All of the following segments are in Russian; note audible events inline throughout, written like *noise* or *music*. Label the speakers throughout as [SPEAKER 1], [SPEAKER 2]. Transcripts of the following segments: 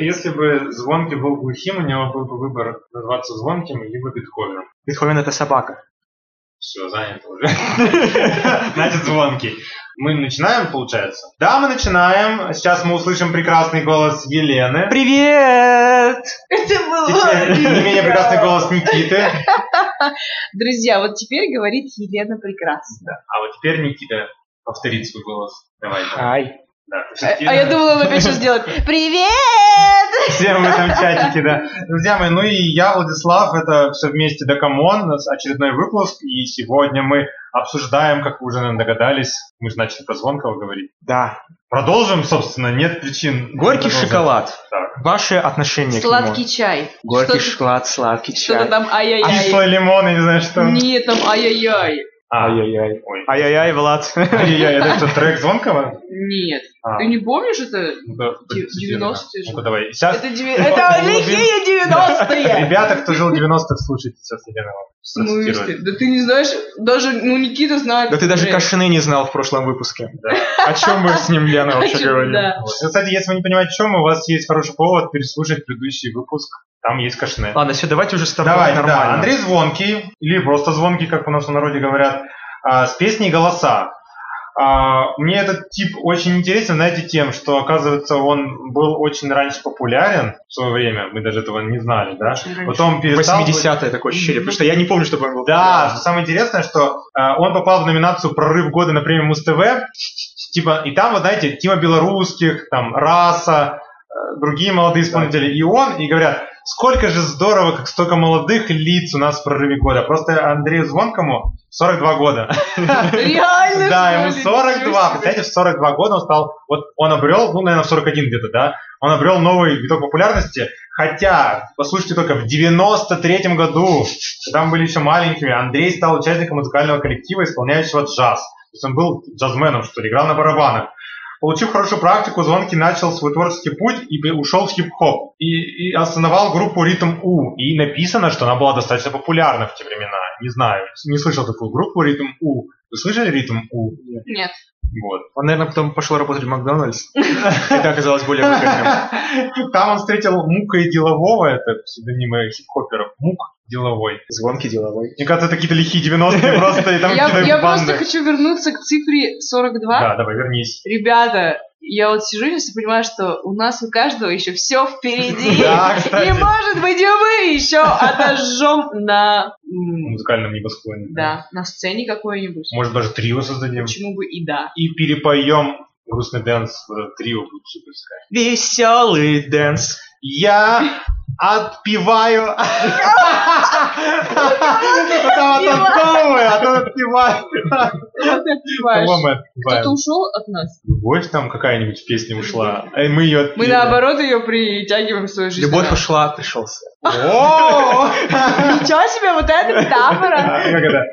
[SPEAKER 1] если бы Звонки был глухим, у него был бы выбор назваться Звонким либо Бетховеном.
[SPEAKER 2] Бетховен это собака.
[SPEAKER 1] Все, занято
[SPEAKER 3] *laughs*
[SPEAKER 1] уже. Значит, Звонкий. Мы начинаем, получается? Да, мы начинаем. Сейчас мы услышим прекрасный голос Елены.
[SPEAKER 2] Привет!
[SPEAKER 3] Это было...
[SPEAKER 1] Теперь Не менее прекрасный голос Никиты. А
[SPEAKER 3] Друзья, вот теперь говорит Елена прекрасно.
[SPEAKER 1] А вот теперь Никита повторит свой голос. Давай. да.
[SPEAKER 2] Ай.
[SPEAKER 1] Да, ты
[SPEAKER 3] А
[SPEAKER 1] все-таки-
[SPEAKER 3] а я думала, она опять
[SPEAKER 1] *laughs*
[SPEAKER 3] что сделает. Привет!
[SPEAKER 1] Все в этом чатике, да. Друзья мои, ну и я, Владислав, это все вместе до Камон, у нас очередной выпуск, и сегодня мы обсуждаем, как вы уже, наверное, догадались, мы же начали про Звонкого говорить.
[SPEAKER 2] Да.
[SPEAKER 1] Продолжим, собственно, нет причин.
[SPEAKER 2] Горький
[SPEAKER 1] Продолжим.
[SPEAKER 2] шоколад.
[SPEAKER 1] Так.
[SPEAKER 2] Ваше отношение
[SPEAKER 3] Сладкий
[SPEAKER 2] к
[SPEAKER 3] чай.
[SPEAKER 2] нему. Горький
[SPEAKER 3] Что-то-
[SPEAKER 2] шоколад, сладкий
[SPEAKER 3] Что-то
[SPEAKER 2] чай.
[SPEAKER 3] там ай-яй-яй.
[SPEAKER 1] Кислый лимон, я не знаю, что.
[SPEAKER 3] Нет, там ай-яй-яй.
[SPEAKER 1] А,
[SPEAKER 2] Ай-яй-яй.
[SPEAKER 1] ой.
[SPEAKER 2] Ай-яй-яй, Влад.
[SPEAKER 1] Ай-яй-яй, это что, трек Звонкого?
[SPEAKER 3] Нет.
[SPEAKER 1] А,
[SPEAKER 3] Ты не помнишь это?
[SPEAKER 1] ну да,
[SPEAKER 3] Дев- 90-е же.
[SPEAKER 1] Ну-ка, давай. Сейчас,
[SPEAKER 3] Это,
[SPEAKER 1] *laughs*
[SPEAKER 3] деви- это лихие 90-е!
[SPEAKER 1] ребята, кто жил в 90-х, слушайте сейчас Елена вам
[SPEAKER 3] Ну, и
[SPEAKER 1] процитирует.
[SPEAKER 3] что? да ты не знаешь, даже, ну, Никита знает.
[SPEAKER 2] Да ты даже
[SPEAKER 3] трек.
[SPEAKER 2] Кашины не знал в прошлом выпуске.
[SPEAKER 1] Да.
[SPEAKER 2] О чем мы с ним, Лена, вообще
[SPEAKER 3] Хочу,
[SPEAKER 2] говорим?
[SPEAKER 3] да.
[SPEAKER 1] Вот. Ну, Кстати, если вы не понимаете, о чем, у вас есть хороший повод переслушать предыдущий выпуск. Там есть кашне.
[SPEAKER 2] Ладно, все, давайте уже с тобой
[SPEAKER 1] Давай, да.
[SPEAKER 2] нормально.
[SPEAKER 1] Андрей Звонкий, или просто Звонкий, как у нас в народе говорят, а, с песней «Голоса». А, Мне этот тип очень интересен, знаете, тем, что, оказывается, он был очень раньше популярен в свое время. Мы даже этого не знали, да?
[SPEAKER 3] Очень раньше.
[SPEAKER 1] Потом перестал... быть-
[SPEAKER 2] 80-е такое ощущение, потому что я не помню, чтобы он был.
[SPEAKER 1] да, что самое интересное, что э, он попал в номинацию «Прорыв года» на премию Муз-ТВ. Типа, и там, вот знаете, Тима Белорусских, там, Раса, э, другие молодые исполнители. И он, и говорят, сколько же здорово, как столько молодых лиц у нас в прорыве года. Просто Андрею Звонкому 42 года.
[SPEAKER 3] *laughs* Реально?
[SPEAKER 1] Да,
[SPEAKER 3] что
[SPEAKER 1] ему
[SPEAKER 3] ли?
[SPEAKER 1] 42.
[SPEAKER 3] Ничего себе.
[SPEAKER 1] Представляете, в 42 года он стал... Вот он обрел, ну, наверное, в 41 где-то, да? Он обрел новый виток популярности. Хотя, послушайте только, в 93 году, когда мы были еще маленькими, Андрей стал участником музыкального коллектива, исполняющего джаз. То есть он был джазменом, что ли, играл на барабанах. Получив хорошую практику, Звонкий начал свой творческий путь и при- ушел в хип-хоп. И, и основал группу Ритм У. И написано, что она была достаточно популярна в те времена. Не знаю, не слышал такую группу Ритм У. Вы слышали Ритм У?
[SPEAKER 3] Нет.
[SPEAKER 1] Вот. *laughs*
[SPEAKER 2] Он, наверное, потом пошел работать в Макдональдс.
[SPEAKER 3] *laughs*
[SPEAKER 2] Это оказалось более выгодным.
[SPEAKER 1] Там он встретил Мука и Делового, это псевдонимы хип-хоперов. Мук Деловой.
[SPEAKER 2] Звонкий деловой.
[SPEAKER 1] Мне кажется, это какие-то лихие 90-е
[SPEAKER 2] *laughs*
[SPEAKER 1] просто, и там
[SPEAKER 3] Я,
[SPEAKER 1] какие-то
[SPEAKER 3] я просто
[SPEAKER 1] банды.
[SPEAKER 3] хочу вернуться к цифре 42.
[SPEAKER 1] Да, давай, вернись.
[SPEAKER 3] Ребята, я вот сижу и все понимаю, что у нас у каждого еще все
[SPEAKER 1] *laughs*
[SPEAKER 3] впереди.
[SPEAKER 1] Да, кстати.
[SPEAKER 3] И может быть и мы еще отожжем на... м,
[SPEAKER 1] Музыкальным небосклоне.
[SPEAKER 3] Да, на сцене какой-нибудь.
[SPEAKER 1] Может, даже трио создадим.
[SPEAKER 3] Почему бы и *laughs* да.
[SPEAKER 1] И перепоем грустный дэнс в трио будет суперская.
[SPEAKER 2] Веселый дэнс.
[SPEAKER 1] Я
[SPEAKER 3] *laughs*
[SPEAKER 1] отпиваю. Потом отпиваю, а то отпиваю.
[SPEAKER 3] Вот так бывает.
[SPEAKER 1] Кого мы
[SPEAKER 3] Кто-то
[SPEAKER 1] отпиваем?
[SPEAKER 3] ушел от нас.
[SPEAKER 1] Любовь там какая-нибудь песня ушла. Э, Мы ее
[SPEAKER 3] Мы наоборот ее притягиваем в свою жизнь.
[SPEAKER 2] Любовь ушла, пришелся.
[SPEAKER 1] О!
[SPEAKER 3] Ничего себе, вот
[SPEAKER 1] *laughs*
[SPEAKER 3] это метафора.
[SPEAKER 1] А, Как это?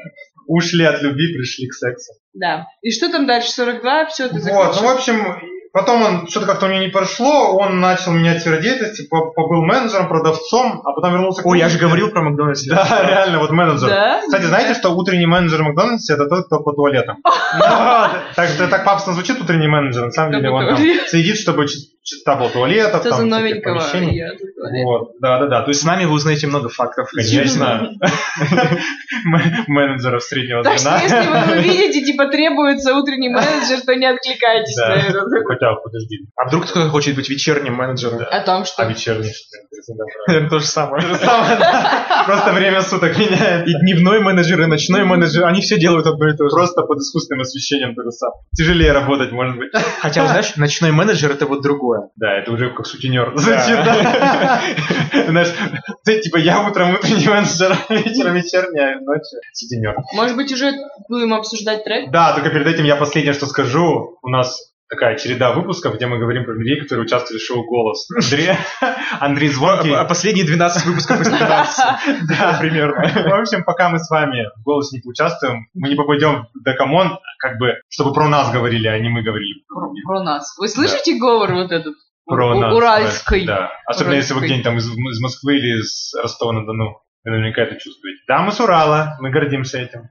[SPEAKER 1] Ушли от любви, пришли к сексу.
[SPEAKER 3] Да. И что там дальше? 42, все, ты
[SPEAKER 1] Вот, ну, в
[SPEAKER 3] закончил.
[SPEAKER 1] общем, потом он, что-то как-то у него не прошло, он начал менять сферу деятельности, по- побыл менеджером, продавцом, а потом вернулся к
[SPEAKER 2] Ой, я же
[SPEAKER 1] музыке.
[SPEAKER 2] говорил про Макдональдс.
[SPEAKER 1] Да, реально, вот менеджер.
[SPEAKER 3] Да?
[SPEAKER 1] Кстати, знаете, что утренний менеджер Макдональдса это тот, кто по
[SPEAKER 3] *laughs*
[SPEAKER 1] туалетам. Так что так пафосно звучит утренний менеджер, на самом
[SPEAKER 3] Да,
[SPEAKER 1] деле
[SPEAKER 3] по
[SPEAKER 1] он там
[SPEAKER 3] туалетам.
[SPEAKER 1] следит, чтобы чи- чистота была туалетов,
[SPEAKER 3] Что за
[SPEAKER 1] там всяких
[SPEAKER 3] новенького?
[SPEAKER 1] помещений.
[SPEAKER 3] Я за туалет.
[SPEAKER 1] Вот, да, да, да. То
[SPEAKER 2] С
[SPEAKER 1] есть,
[SPEAKER 2] нами вы узнаете много фактов.
[SPEAKER 3] *laughs*
[SPEAKER 1] конечно, м- менеджеров среднего
[SPEAKER 3] Так что
[SPEAKER 1] звена. *laughs*
[SPEAKER 3] если вы увидите, типа требуется утренний менеджер, то не откликайтесь,
[SPEAKER 1] Да.
[SPEAKER 3] наверное.
[SPEAKER 1] Хотя, подожди,
[SPEAKER 2] А вдруг кто-то хочет быть вечерним менеджером? *laughs*
[SPEAKER 3] О том,
[SPEAKER 1] а
[SPEAKER 3] что...
[SPEAKER 1] вечерний? что ли, интересно, да,
[SPEAKER 2] Наверное, то же самое.
[SPEAKER 1] правда. Самое, да. Просто время суток меняет.
[SPEAKER 2] И дневной менеджер, и ночной менеджер, они все делают одно и то же.
[SPEAKER 1] Просто под искусственным освещением то же самое. Тяжелее работать, может быть.
[SPEAKER 2] Хотя, знаешь, ночной менеджер это вот другое.
[SPEAKER 1] Да, это уже как сутенер. Звучит, да. Знаешь, ты типа я утром утренний менеджер, вечером вечерний, а ночью сутенер.
[SPEAKER 3] Может быть, уже будем обсуждать трек?
[SPEAKER 1] Да, только перед этим я последнее, что скажу. У нас такая череда выпусков, где мы говорим про людей, которые участвовали в шоу
[SPEAKER 3] *laughs*
[SPEAKER 1] «Голос». Андрей, Андрей Звонкий.
[SPEAKER 2] А последние 12 выпусков из 15.
[SPEAKER 3] *laughs*
[SPEAKER 1] Да, примерно. В общем, пока мы с вами в «Голос» не поучаствуем, мы не попадем до «Камон», как бы, чтобы про нас говорили, а не мы говорили про других.
[SPEAKER 3] Про нас. Вы слышите говор вот этот?
[SPEAKER 1] Про
[SPEAKER 3] У-
[SPEAKER 1] нас.
[SPEAKER 3] Уральской.
[SPEAKER 1] Да. Особенно если вы
[SPEAKER 3] Уральской.
[SPEAKER 1] где-нибудь там из, из Москвы или из Ростова-на-Дону. Вы наверняка это чувствуете. Да, мы с Урала, мы гордимся этим.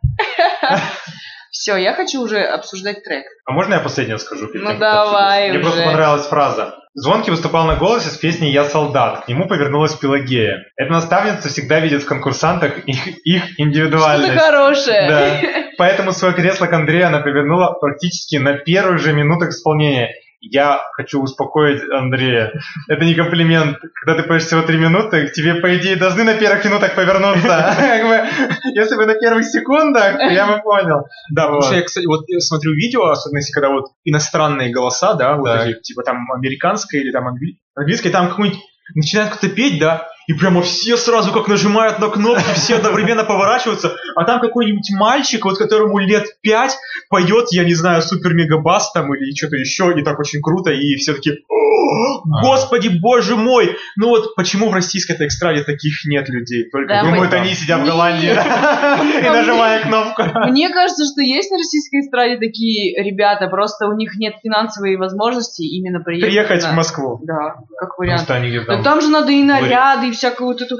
[SPEAKER 3] Все, я хочу уже обсуждать трек.
[SPEAKER 1] А можно я последнее скажу? перед
[SPEAKER 3] Ну
[SPEAKER 1] тем, как
[SPEAKER 3] давай
[SPEAKER 1] обсудить? Мне просто
[SPEAKER 3] уже.
[SPEAKER 1] понравилась фраза. Звонкий выступал на голосе с песней «Я солдат». К нему повернулась Пелагея. Эта наставница всегда видит в конкурсантах их, их
[SPEAKER 3] Что-то
[SPEAKER 1] индивидуальность.
[SPEAKER 3] хорошее.
[SPEAKER 1] Да. Поэтому свое кресло к Андрею она повернула практически на первых же минутах исполнения. Я хочу успокоить Андрея. Это не комплимент. Когда ты поешь всего три минуты, к тебе, по идее, должны на первых минутах повернуться. Как бы, Если бы на первых секундах, я бы понял.
[SPEAKER 2] Да, потому
[SPEAKER 1] Вот.
[SPEAKER 2] что я, кстати, вот я смотрю видео, особенно если когда вот иностранные голоса, да, вот
[SPEAKER 1] Так.
[SPEAKER 2] эти, типа там американская или там англи- английская, там какой-нибудь начинает кто-то петь, да, и прямо все сразу как нажимают на кнопки, все одновременно поворачиваются, а там какой-нибудь мальчик, вот которому лет пять, поет, я не знаю, супер-мегабас там или что-то еще, и так очень круто, и все таки господи, боже мой, ну вот почему в российской эстраде таких нет людей? Только
[SPEAKER 3] Да,
[SPEAKER 1] Думают,
[SPEAKER 2] думают,
[SPEAKER 3] *laughs*
[SPEAKER 1] они сидят в
[SPEAKER 3] Нет.
[SPEAKER 1] Голландии и нажимают кнопку.
[SPEAKER 3] Мне кажется, что есть на российской эстраде такие ребята, просто у них нет финансовой возможности именно приехать.
[SPEAKER 2] приехать
[SPEAKER 3] на-
[SPEAKER 2] в Москву.
[SPEAKER 3] Да, как
[SPEAKER 1] Потому
[SPEAKER 3] вариант.
[SPEAKER 1] что они где-то
[SPEAKER 3] Да
[SPEAKER 1] там-
[SPEAKER 3] там же надо и наряды, и всякую вот эту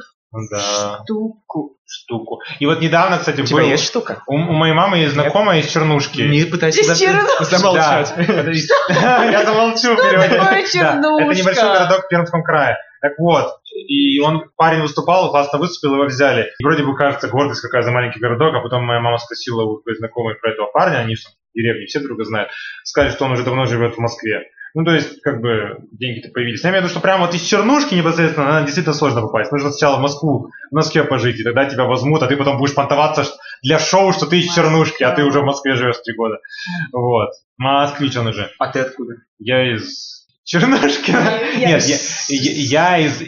[SPEAKER 1] Да.
[SPEAKER 3] штуку.
[SPEAKER 1] штуку. И вот недавно, кстати,
[SPEAKER 2] У тебя
[SPEAKER 1] был-
[SPEAKER 2] есть штука?
[SPEAKER 1] У, у моей мамы есть знакомая из Чернушки. *laughs*
[SPEAKER 2] Не пытайся
[SPEAKER 3] Из
[SPEAKER 2] за-
[SPEAKER 3] Чернушки.
[SPEAKER 2] замолчать.
[SPEAKER 1] Да. Я замолчу в переводе. Да,
[SPEAKER 3] такое Чернушка?
[SPEAKER 1] Это небольшой городок в Пермском крае. Так вот, и он, парень выступал, классно выступил, его взяли. И вроде бы кажется, гордость какая за маленький городок, а потом моя мама спросила у своей знакомой про этого парня, они же там в деревне, все друга знают, сказали, что он уже давно живет в Москве. Ну, то есть, как бы, деньги-то появились. Я имею в виду, что прямо вот из Чернушки непосредственно, наверное, действительно сложно попасть. Нужно сначала в Москву, в Москве пожить, и тогда тебя возьмут, а ты потом будешь понтоваться что- для шоу, что ты из Чернушки, а ты уже в Москве живешь три года. Вот. Москвич он уже.
[SPEAKER 2] А ты откуда?
[SPEAKER 1] Я из Чернушки. *laughs* Нет, я, я- я из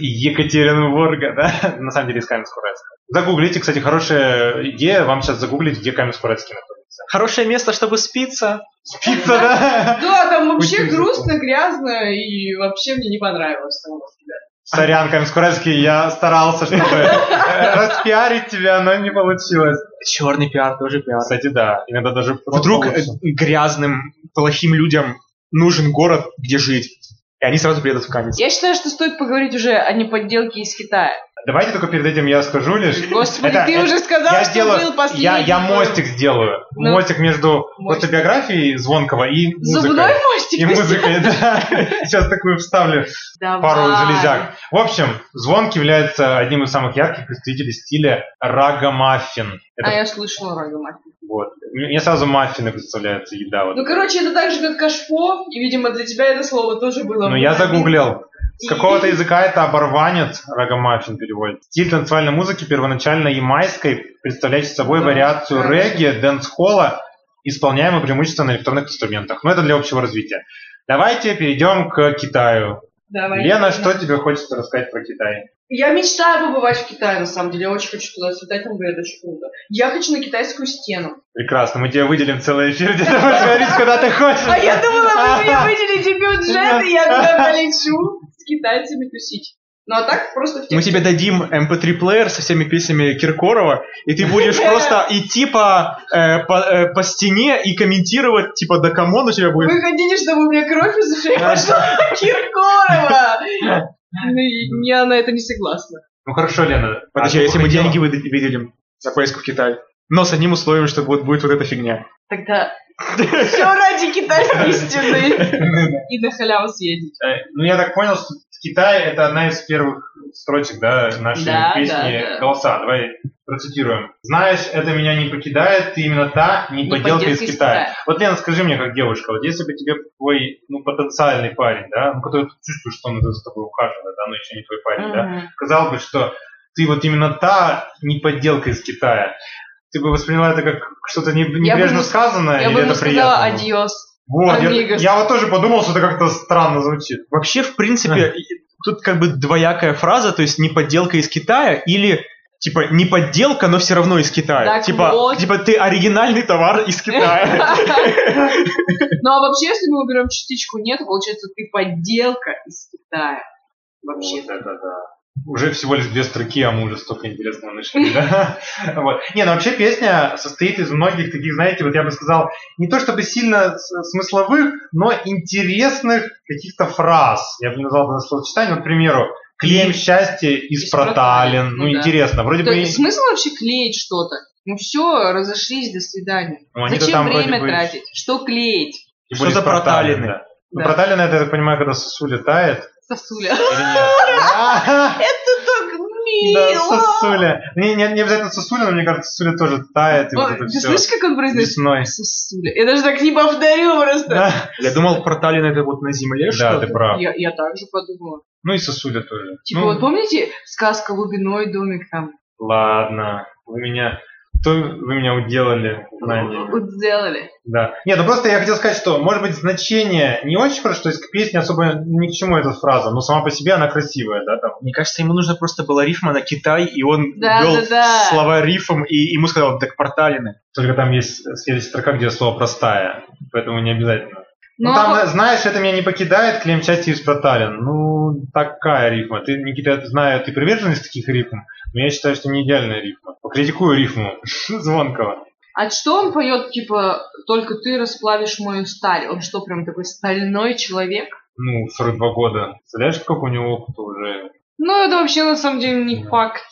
[SPEAKER 1] Екатеринбурга, да? На самом деле из Каменск-Уральска. Загуглите, кстати, хорошая идея вам сейчас загуглить, где Каменск-Уральский находится.
[SPEAKER 2] Хорошее место, чтобы спиться.
[SPEAKER 1] Спится, да?
[SPEAKER 3] Да, там вообще
[SPEAKER 1] Очень
[SPEAKER 3] грустно, грязно, и вообще мне не понравилось там у вас, ребят.
[SPEAKER 1] Сорян, Каменск-Уральский, я старался, чтобы э, распиарить тебя, но не получилось.
[SPEAKER 2] Черный пиар тоже пиар.
[SPEAKER 1] А, Кстати, да, иногда даже
[SPEAKER 2] Вдруг э,
[SPEAKER 1] получше.
[SPEAKER 2] грязным, плохим людям нужен город, где жить. И они сразу приедут в Каменск.
[SPEAKER 3] Я считаю, что стоит поговорить уже о неподделке из Китая.
[SPEAKER 1] Давайте только перед этим я скажу лишь...
[SPEAKER 3] Господи,
[SPEAKER 1] Это-
[SPEAKER 3] ты
[SPEAKER 1] это-
[SPEAKER 3] уже сказал,
[SPEAKER 1] я
[SPEAKER 3] что
[SPEAKER 1] сделаю-
[SPEAKER 3] был последний.
[SPEAKER 1] Я, я мостик сделаю.
[SPEAKER 3] Ну.
[SPEAKER 1] мостик между
[SPEAKER 3] Мостик.
[SPEAKER 1] автобиографией Звонкова и музыкой.
[SPEAKER 3] Зубной мостик.
[SPEAKER 1] И музыкой, *laughs* да. Сейчас такую вставлю
[SPEAKER 3] Давай.
[SPEAKER 1] пару железяк. В общем, звонк является одним из самых ярких представителей стиля рага-маффин. Это
[SPEAKER 3] А я слышала Рагамафи.
[SPEAKER 1] вот. Мне сразу маффины представляется еда. Вот.
[SPEAKER 3] Ну, короче, это так же, как кашпо, и, видимо, для тебя это слово тоже было.
[SPEAKER 1] Но Ну, я загуглил. С
[SPEAKER 3] И-
[SPEAKER 1] какого-то языка это оборванец, рагамаффин переводит. Стиль танцевальной музыки первоначально ямайской, представляющий собой
[SPEAKER 3] Да,
[SPEAKER 1] вариацию
[SPEAKER 3] конечно.
[SPEAKER 1] регги, дэнс-холла, исполняемую преимущественно на электронных инструментах. Но это для общего развития. Давайте перейдем к Китаю.
[SPEAKER 3] *laughs* Давай.
[SPEAKER 1] Лена, что тебе хочется рассказать про Китай?
[SPEAKER 3] Я мечтаю побывать в Китае, на самом деле. Я очень хочу туда слетать, там говорят, очень круто. Я хочу на китайскую стену.
[SPEAKER 1] Прекрасно, мы тебе выделим целый эфир, где ты будешь говорить, куда ты хочешь.
[SPEAKER 3] А я думала, вы мне выделите бюджет, и я туда полечу с китайцами тусить. Ну, а так просто в
[SPEAKER 2] Мы
[SPEAKER 3] текст-
[SPEAKER 2] тебе дадим эм MP3-плеер со всеми песнями Киркорова, и ты будешь просто идти по, э, по, э, по стене и комментировать, типа, да камон у тебя будет.
[SPEAKER 3] Вы хотите, чтобы у меня кровь из ушей пошла? *laughs* Киркорова! Ну, и я на это не согласна.
[SPEAKER 1] Ну хорошо, Лена.
[SPEAKER 2] Подожди, а
[SPEAKER 1] а
[SPEAKER 2] если мы
[SPEAKER 1] сколько
[SPEAKER 2] деньги
[SPEAKER 1] дело?
[SPEAKER 2] выда- выделим за поездку в Китай? Но с одним условием, что вот будет вот эта фигня.
[SPEAKER 3] Тогда все ради
[SPEAKER 1] *laughs*
[SPEAKER 3] китайской стены. И на халяву съездить.
[SPEAKER 1] Э, Ну я так понял, что Китай это одна из первых строчек да, нашей
[SPEAKER 3] Да,
[SPEAKER 1] песни
[SPEAKER 3] да, да.
[SPEAKER 1] «Голоса». Давай процитируем. «Знаешь, это меня не покидает, ты именно та не поделка из Китая». Вот, Лена, скажи мне, как девушка, вот если бы тебе твой ну, потенциальный парень, да, ну, который ты чувствуешь, что он за тобой ухаживает, да, но еще не твой парень, да,
[SPEAKER 3] Мгм.
[SPEAKER 1] сказал бы, что ты вот именно та не подделка из Китая. Ты бы восприняла это как что-то не- небрежно
[SPEAKER 3] ему-
[SPEAKER 1] сказанное
[SPEAKER 3] Я
[SPEAKER 1] или
[SPEAKER 3] бы
[SPEAKER 1] это
[SPEAKER 3] ему
[SPEAKER 1] приятно?
[SPEAKER 3] сказала
[SPEAKER 1] было?
[SPEAKER 3] адьос.
[SPEAKER 1] Вот, я,
[SPEAKER 3] «Амигос».
[SPEAKER 1] я вот тоже подумал, что это как-то странно звучит.
[SPEAKER 2] Вообще, в принципе, и- тут как бы двоякая фраза, то есть не подделка из Китая или типа не подделка, но все равно из Китая.
[SPEAKER 3] Так
[SPEAKER 2] типа,
[SPEAKER 3] вот.
[SPEAKER 2] типа ты оригинальный товар из Китая.
[SPEAKER 3] *laughs* Ну а вообще, если мы уберем частичку нет, получается ты подделка из Китая. Вообще.
[SPEAKER 1] Вот это да. Уже всего лишь две строки, а мы уже столько интересного нашли, да? *laughs* Вот. Не, ну вообще песня состоит из многих таких, знаете, вот я бы сказал, не то чтобы сильно с- смысловых, но интересных каких-то фраз. Я бы не назвал это словосочетание, вот, к примеру, «Клеем счастье из
[SPEAKER 3] Из
[SPEAKER 1] проталин».
[SPEAKER 3] проталин,
[SPEAKER 1] Ну,
[SPEAKER 3] ну да.
[SPEAKER 1] интересно. Вроде
[SPEAKER 3] То
[SPEAKER 1] бы и-
[SPEAKER 3] есть смысл вообще клеить что-то? Ну все, разошлись, до свидания.
[SPEAKER 1] ну, они-то
[SPEAKER 3] Зачем
[SPEAKER 1] вроде
[SPEAKER 3] время
[SPEAKER 1] бы
[SPEAKER 3] тратить? Что клеить?
[SPEAKER 1] и были
[SPEAKER 2] Что за
[SPEAKER 1] из проталин,
[SPEAKER 2] проталины?
[SPEAKER 1] да. Ну,
[SPEAKER 3] Да.
[SPEAKER 1] проталина, это, я так понимаю, когда сосуля тает.
[SPEAKER 3] Сосуля.
[SPEAKER 1] Или нет?
[SPEAKER 3] *laughs* Это так
[SPEAKER 1] Да,
[SPEAKER 3] мило!
[SPEAKER 1] сосуля. Не, не, не обязательно сосуля, но мне кажется, сосуля тоже тает. И вот
[SPEAKER 3] Ой,
[SPEAKER 1] это
[SPEAKER 3] Ты
[SPEAKER 1] все
[SPEAKER 3] слышишь, как он произносит?
[SPEAKER 1] весной.
[SPEAKER 3] Сосуля. Я даже так не повторю просто.
[SPEAKER 1] Да,
[SPEAKER 2] Я думал, проталина это вот на земле,
[SPEAKER 1] Да,
[SPEAKER 2] что
[SPEAKER 1] ты
[SPEAKER 2] ли?
[SPEAKER 1] прав.
[SPEAKER 3] Я, я так же подумала.
[SPEAKER 1] Ну и сосуля тоже.
[SPEAKER 3] Типа,
[SPEAKER 1] Ну,
[SPEAKER 3] вот помните сказка «Лубиной домик» там?
[SPEAKER 1] Ладно, вы меня... то вы меня уделали знаете.
[SPEAKER 3] Вот сделали.
[SPEAKER 1] Да. Нет, ну просто я хотел сказать, что, может быть, значение не очень хорошо, то есть к песне особо ни к чему эта фраза, но сама по себе она красивая, да, там.
[SPEAKER 2] Мне кажется, ему нужно просто была рифма на Китай, и он
[SPEAKER 3] Да,
[SPEAKER 2] вел
[SPEAKER 3] да, да.
[SPEAKER 2] слова рифом, и ему сказал, так порталины.
[SPEAKER 1] Только там есть следующая строка, где слово простая, поэтому не обязательно.
[SPEAKER 3] Но
[SPEAKER 1] ну там, э, знаешь, это меня не покидает, клем части из проталин. Ну, такая рифма. Ты, Никита, знаю, ты приверженность таких рифм, но я считаю, что не идеальная рифма. Покритикую рифму *laughs* Звонкого.
[SPEAKER 3] А что он поет, типа, только ты расплавишь мою сталь? Он что, прям такой стальной человек?
[SPEAKER 1] Ну, 42 года. Представляешь, сколько у него опыта уже?
[SPEAKER 3] Ну, это вообще на самом деле не факт.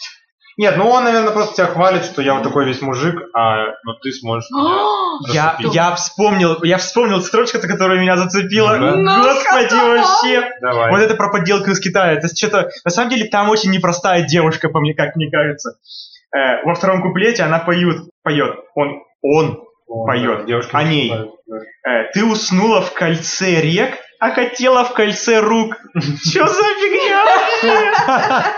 [SPEAKER 1] Нет, ну он, наверное, просто тебя хвалит, что я вот такой весь мужик, а ну ты сможешь меня
[SPEAKER 3] А,
[SPEAKER 2] Я,
[SPEAKER 1] зацепить.
[SPEAKER 2] я вспомнил, я вспомнил строчку, которая меня зацепила.
[SPEAKER 1] Ну да.
[SPEAKER 3] Ну,
[SPEAKER 2] Господи,
[SPEAKER 3] сказала.
[SPEAKER 2] вообще.
[SPEAKER 1] Давай.
[SPEAKER 2] Вот это про подделку из Китая. Это что-то... На самом деле, там очень непростая девушка, по мне, как мне кажется. Э, во втором куплете она поют, поет. Он, он.
[SPEAKER 1] Он,
[SPEAKER 2] поет.
[SPEAKER 1] да, девушки
[SPEAKER 2] О ней.
[SPEAKER 1] выступают, да.
[SPEAKER 2] э, ты уснула в кольце рек, а хотела в кольце рук. Че за фигня? вообще?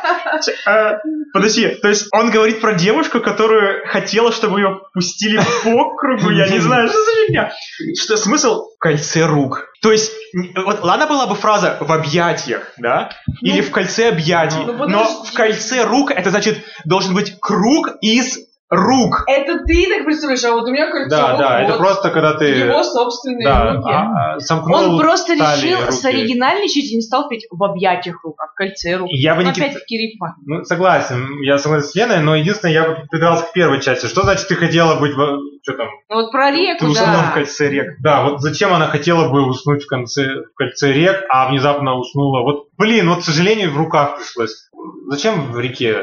[SPEAKER 2] Чё, э, Подожди, то есть он говорит про девушку, которую хотела, чтобы ее пустили по кругу, я не знаю, что за фигня. Что смысл? В кольце рук. То есть, н- вот ладно была бы фраза в объятиях, да? Или
[SPEAKER 3] Ну,
[SPEAKER 2] в кольце объятий.
[SPEAKER 3] ну,
[SPEAKER 2] Но
[SPEAKER 3] подожди.
[SPEAKER 2] в кольце рук это значит должен быть круг из рук.
[SPEAKER 3] Это ты так представляешь, а вот у меня кольцо.
[SPEAKER 1] Да, да,
[SPEAKER 3] вот,
[SPEAKER 1] это просто когда ты
[SPEAKER 3] Его собственные
[SPEAKER 1] да,
[SPEAKER 3] руки.
[SPEAKER 1] а, а, сомкнул
[SPEAKER 3] Он просто
[SPEAKER 1] талии,
[SPEAKER 3] решил
[SPEAKER 1] руки.
[SPEAKER 3] соригинальничать и не стал петь в объятиях рук, а в кольце рук.
[SPEAKER 1] Я бы,
[SPEAKER 3] Ну,
[SPEAKER 1] Никита,
[SPEAKER 3] Опять-таки рифма.
[SPEAKER 1] ну, согласен, я согласен с Леной, но единственное, я бы придался к первой части. Что значит ты хотела быть, во- что там,
[SPEAKER 3] Ну, вот про
[SPEAKER 2] Ты
[SPEAKER 3] реку,
[SPEAKER 2] уснула в
[SPEAKER 3] да.
[SPEAKER 2] кольце рек.
[SPEAKER 1] да, вот зачем она хотела бы уснуть в конце, в кольце рек, а внезапно уснула. Вот, блин, вот, к сожалению, в руках пришлось. Зачем в реке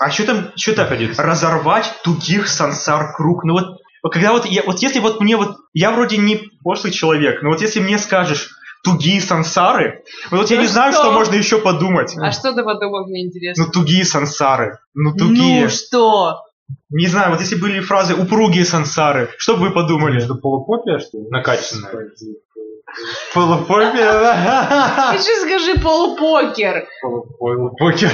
[SPEAKER 2] А что там, что то
[SPEAKER 1] находиться?
[SPEAKER 2] разорвать тугих сансар круг. Ну вот, вот когда вот я, вот если вот мне вот, я вроде не пошлый человек, но вот если мне скажешь тугие сансары, вот, я
[SPEAKER 3] Ну
[SPEAKER 2] не знаю,
[SPEAKER 3] что?
[SPEAKER 2] что можно еще подумать.
[SPEAKER 3] А что ты подумал, мне интересно?
[SPEAKER 2] Ну тугие сансары, ну тугие.
[SPEAKER 3] Ну что?
[SPEAKER 2] Не знаю, вот если были фразы упругие сансары, что бы вы подумали?
[SPEAKER 1] Между полупопия, что ли, накачанная? Полупопия, да.
[SPEAKER 2] *laughs*
[SPEAKER 3] Ты же скажи полупокер.
[SPEAKER 1] Покер.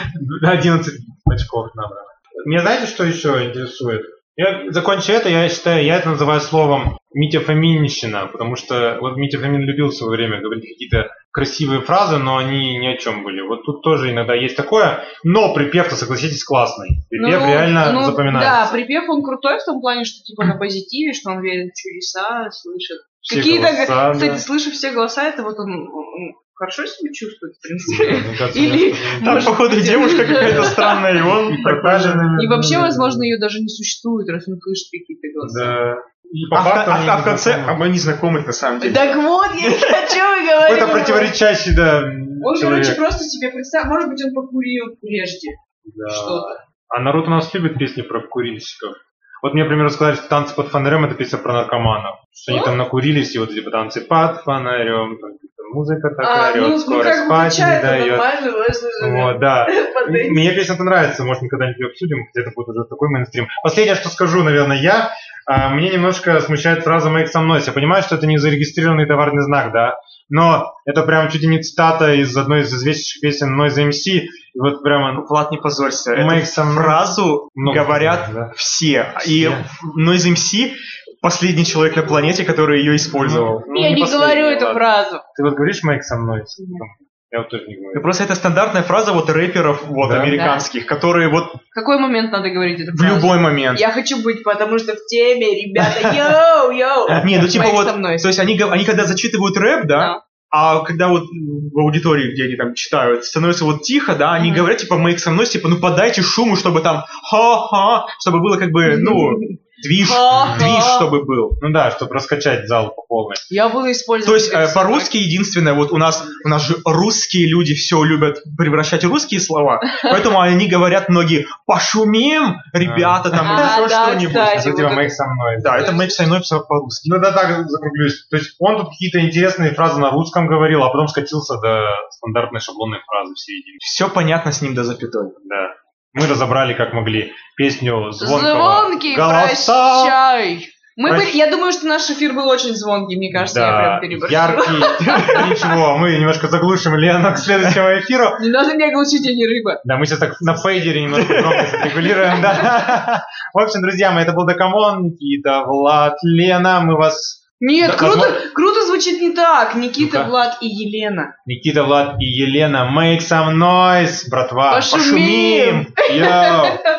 [SPEAKER 1] *laughs* 11 очков набрал. Мне знаете, что еще интересует? Я закончу это, я считаю, я это называю словом Митя Фоминщина, потому что вот Митя Фомин любил в свое время говорить какие-то красивые фразы, но они ни о чем были. Вот тут тоже иногда есть такое, но припев-то, согласитесь, классный. Припев
[SPEAKER 3] Ну,
[SPEAKER 1] реально
[SPEAKER 3] ну, Да,
[SPEAKER 1] запоминается.
[SPEAKER 3] припев он крутой в том плане, что типа на позитиве, что он верит в чудеса, слышит.
[SPEAKER 1] Все
[SPEAKER 3] Какие-то,
[SPEAKER 1] голоса,
[SPEAKER 3] кстати,
[SPEAKER 1] да.
[SPEAKER 3] слышу все голоса, это вот он, он хорошо себя чувствует, в принципе.
[SPEAKER 1] Мне кажется,
[SPEAKER 3] *laughs* Или,
[SPEAKER 2] Там,
[SPEAKER 3] может
[SPEAKER 2] походу,
[SPEAKER 3] быть,
[SPEAKER 2] девушка какая-то странная, и он такой же.
[SPEAKER 3] И вообще, возможно, ее даже не существует, раз он слышит какие-то голоса.
[SPEAKER 1] Да. И по
[SPEAKER 2] А в,
[SPEAKER 1] факту они
[SPEAKER 2] а- а в
[SPEAKER 1] не
[SPEAKER 2] конце,
[SPEAKER 1] знакомы.
[SPEAKER 2] а мы не знакомы на самом деле.
[SPEAKER 3] Так вот, я *laughs* и хочу говорить.
[SPEAKER 1] Какой-то противоречащий, да,
[SPEAKER 3] Он,
[SPEAKER 1] человек.
[SPEAKER 3] короче, просто себе представил, может быть, он покурил прежде
[SPEAKER 1] Да.
[SPEAKER 3] что-то.
[SPEAKER 1] А народ у нас любит песни про курильщиков. Вот мне, например, сказали, что «Танцы под фонарем» — это песня про наркоманов. Что они
[SPEAKER 3] Что?
[SPEAKER 1] там накурились, и вот типа «Танцы под фонарем», там типа, музыка так
[SPEAKER 3] А,
[SPEAKER 1] орёт,
[SPEAKER 3] ну, ну,
[SPEAKER 1] скоро
[SPEAKER 3] как бы
[SPEAKER 1] спать не
[SPEAKER 3] включает, он
[SPEAKER 1] дает.
[SPEAKER 3] нормально,
[SPEAKER 1] Вот,
[SPEAKER 3] *laughs* вот,
[SPEAKER 1] да.
[SPEAKER 3] под эти.
[SPEAKER 1] Мне песня то нравится, может, мы когда-нибудь её обсудим, хотя это будет уже такой мейнстрим. Последнее, что скажу, наверное, я, а, мне немножко смущает фраза «Make со мной». Я понимаю, что это не зарегистрированный товарный знак, да, но это прям чуть ли не цитата из одной из известнейших песен Noise MC, и вот прямо
[SPEAKER 2] Влад, не позорься. Эту
[SPEAKER 1] «Make со мной».
[SPEAKER 2] фразу
[SPEAKER 1] Много
[SPEAKER 2] говорят
[SPEAKER 1] знаю, да.
[SPEAKER 2] все. И
[SPEAKER 1] Все.
[SPEAKER 2] Noise MC последний человек на планете, который ее использовал.
[SPEAKER 1] Ну,
[SPEAKER 3] Я не
[SPEAKER 1] последний,
[SPEAKER 3] говорю эту
[SPEAKER 1] ладно.
[SPEAKER 3] фразу.
[SPEAKER 1] Ты вот говоришь Майк со мной?
[SPEAKER 3] Нет.
[SPEAKER 1] Я вот тоже не говорю.
[SPEAKER 2] Ну, Просто это стандартная фраза вот рэперов вот
[SPEAKER 1] Да.
[SPEAKER 2] американских, которые вот
[SPEAKER 3] В какой момент надо говорить это?
[SPEAKER 2] в любой момент.
[SPEAKER 3] Я хочу быть, потому что в теме, ребята, йоу, йоу.
[SPEAKER 2] Не, ну типа
[SPEAKER 3] Майк
[SPEAKER 2] вот,
[SPEAKER 3] со мной.
[SPEAKER 2] то есть они, гов- они когда зачитывают рэп, да,
[SPEAKER 3] Да.
[SPEAKER 2] а когда вот м, в аудитории, где они там читают, становится вот тихо, да, они
[SPEAKER 3] Мгм. *laughs*
[SPEAKER 2] говорят типа «Make со мной», типа «ну подайте шуму», чтобы там «ха-ха», чтобы было как бы, ну, движ,
[SPEAKER 3] Ага.
[SPEAKER 2] движ, чтобы был.
[SPEAKER 1] Ну да, чтобы раскачать зал по полной.
[SPEAKER 3] Я буду использовать...
[SPEAKER 2] То есть
[SPEAKER 3] эти
[SPEAKER 2] э,
[SPEAKER 3] слова.
[SPEAKER 2] по-русски единственное, вот у нас, у нас же русские люди все любят превращать в русские
[SPEAKER 3] *laughs*
[SPEAKER 2] слова, поэтому они говорят многие «пошумим, ребята»,
[SPEAKER 3] *laughs*
[SPEAKER 2] там, или
[SPEAKER 3] А,
[SPEAKER 2] еще
[SPEAKER 3] да,
[SPEAKER 2] что-нибудь.
[SPEAKER 3] кстати,
[SPEAKER 1] Это
[SPEAKER 3] вот
[SPEAKER 1] типа
[SPEAKER 3] это-
[SPEAKER 1] «Make со мной».
[SPEAKER 2] Да, это Мэйк Сайной писал по-русски.
[SPEAKER 1] Ну да, так закруглюсь. То есть он тут какие-то интересные фразы на русском говорил, а потом скатился до стандартной шаблонной фразы все единой.
[SPEAKER 2] Все понятно с ним до запятой.
[SPEAKER 1] Да. Мы разобрали, как могли, песню звонкого.
[SPEAKER 3] Звонкий,
[SPEAKER 1] голоса.
[SPEAKER 3] прощай. Мы
[SPEAKER 1] Прощ-
[SPEAKER 3] были, я думаю, что наш эфир был очень звонкий, мне кажется, я прям
[SPEAKER 1] да,
[SPEAKER 3] переборщила.
[SPEAKER 1] яркий.
[SPEAKER 3] *laughs*
[SPEAKER 1] Ничего, мы немножко заглушим Лена к следующему эфиру.
[SPEAKER 3] Не должны меня глушить, я не рыба.
[SPEAKER 1] Да, мы сейчас так на фейдере немножко громкость отрегулируем, да. *laughs* В общем, друзья мои, это был Докамон, Никита, Влад, Лена. Мы вас
[SPEAKER 3] Нет,
[SPEAKER 1] Да,
[SPEAKER 3] круто,
[SPEAKER 1] возможно-
[SPEAKER 3] круто звучит не так. Никита,
[SPEAKER 1] Ну-ка.
[SPEAKER 3] Влад и Елена.
[SPEAKER 1] Никита, Влад и Елена. Make some noise, братва.
[SPEAKER 3] *laughs* Пошумим.
[SPEAKER 1] Йоу.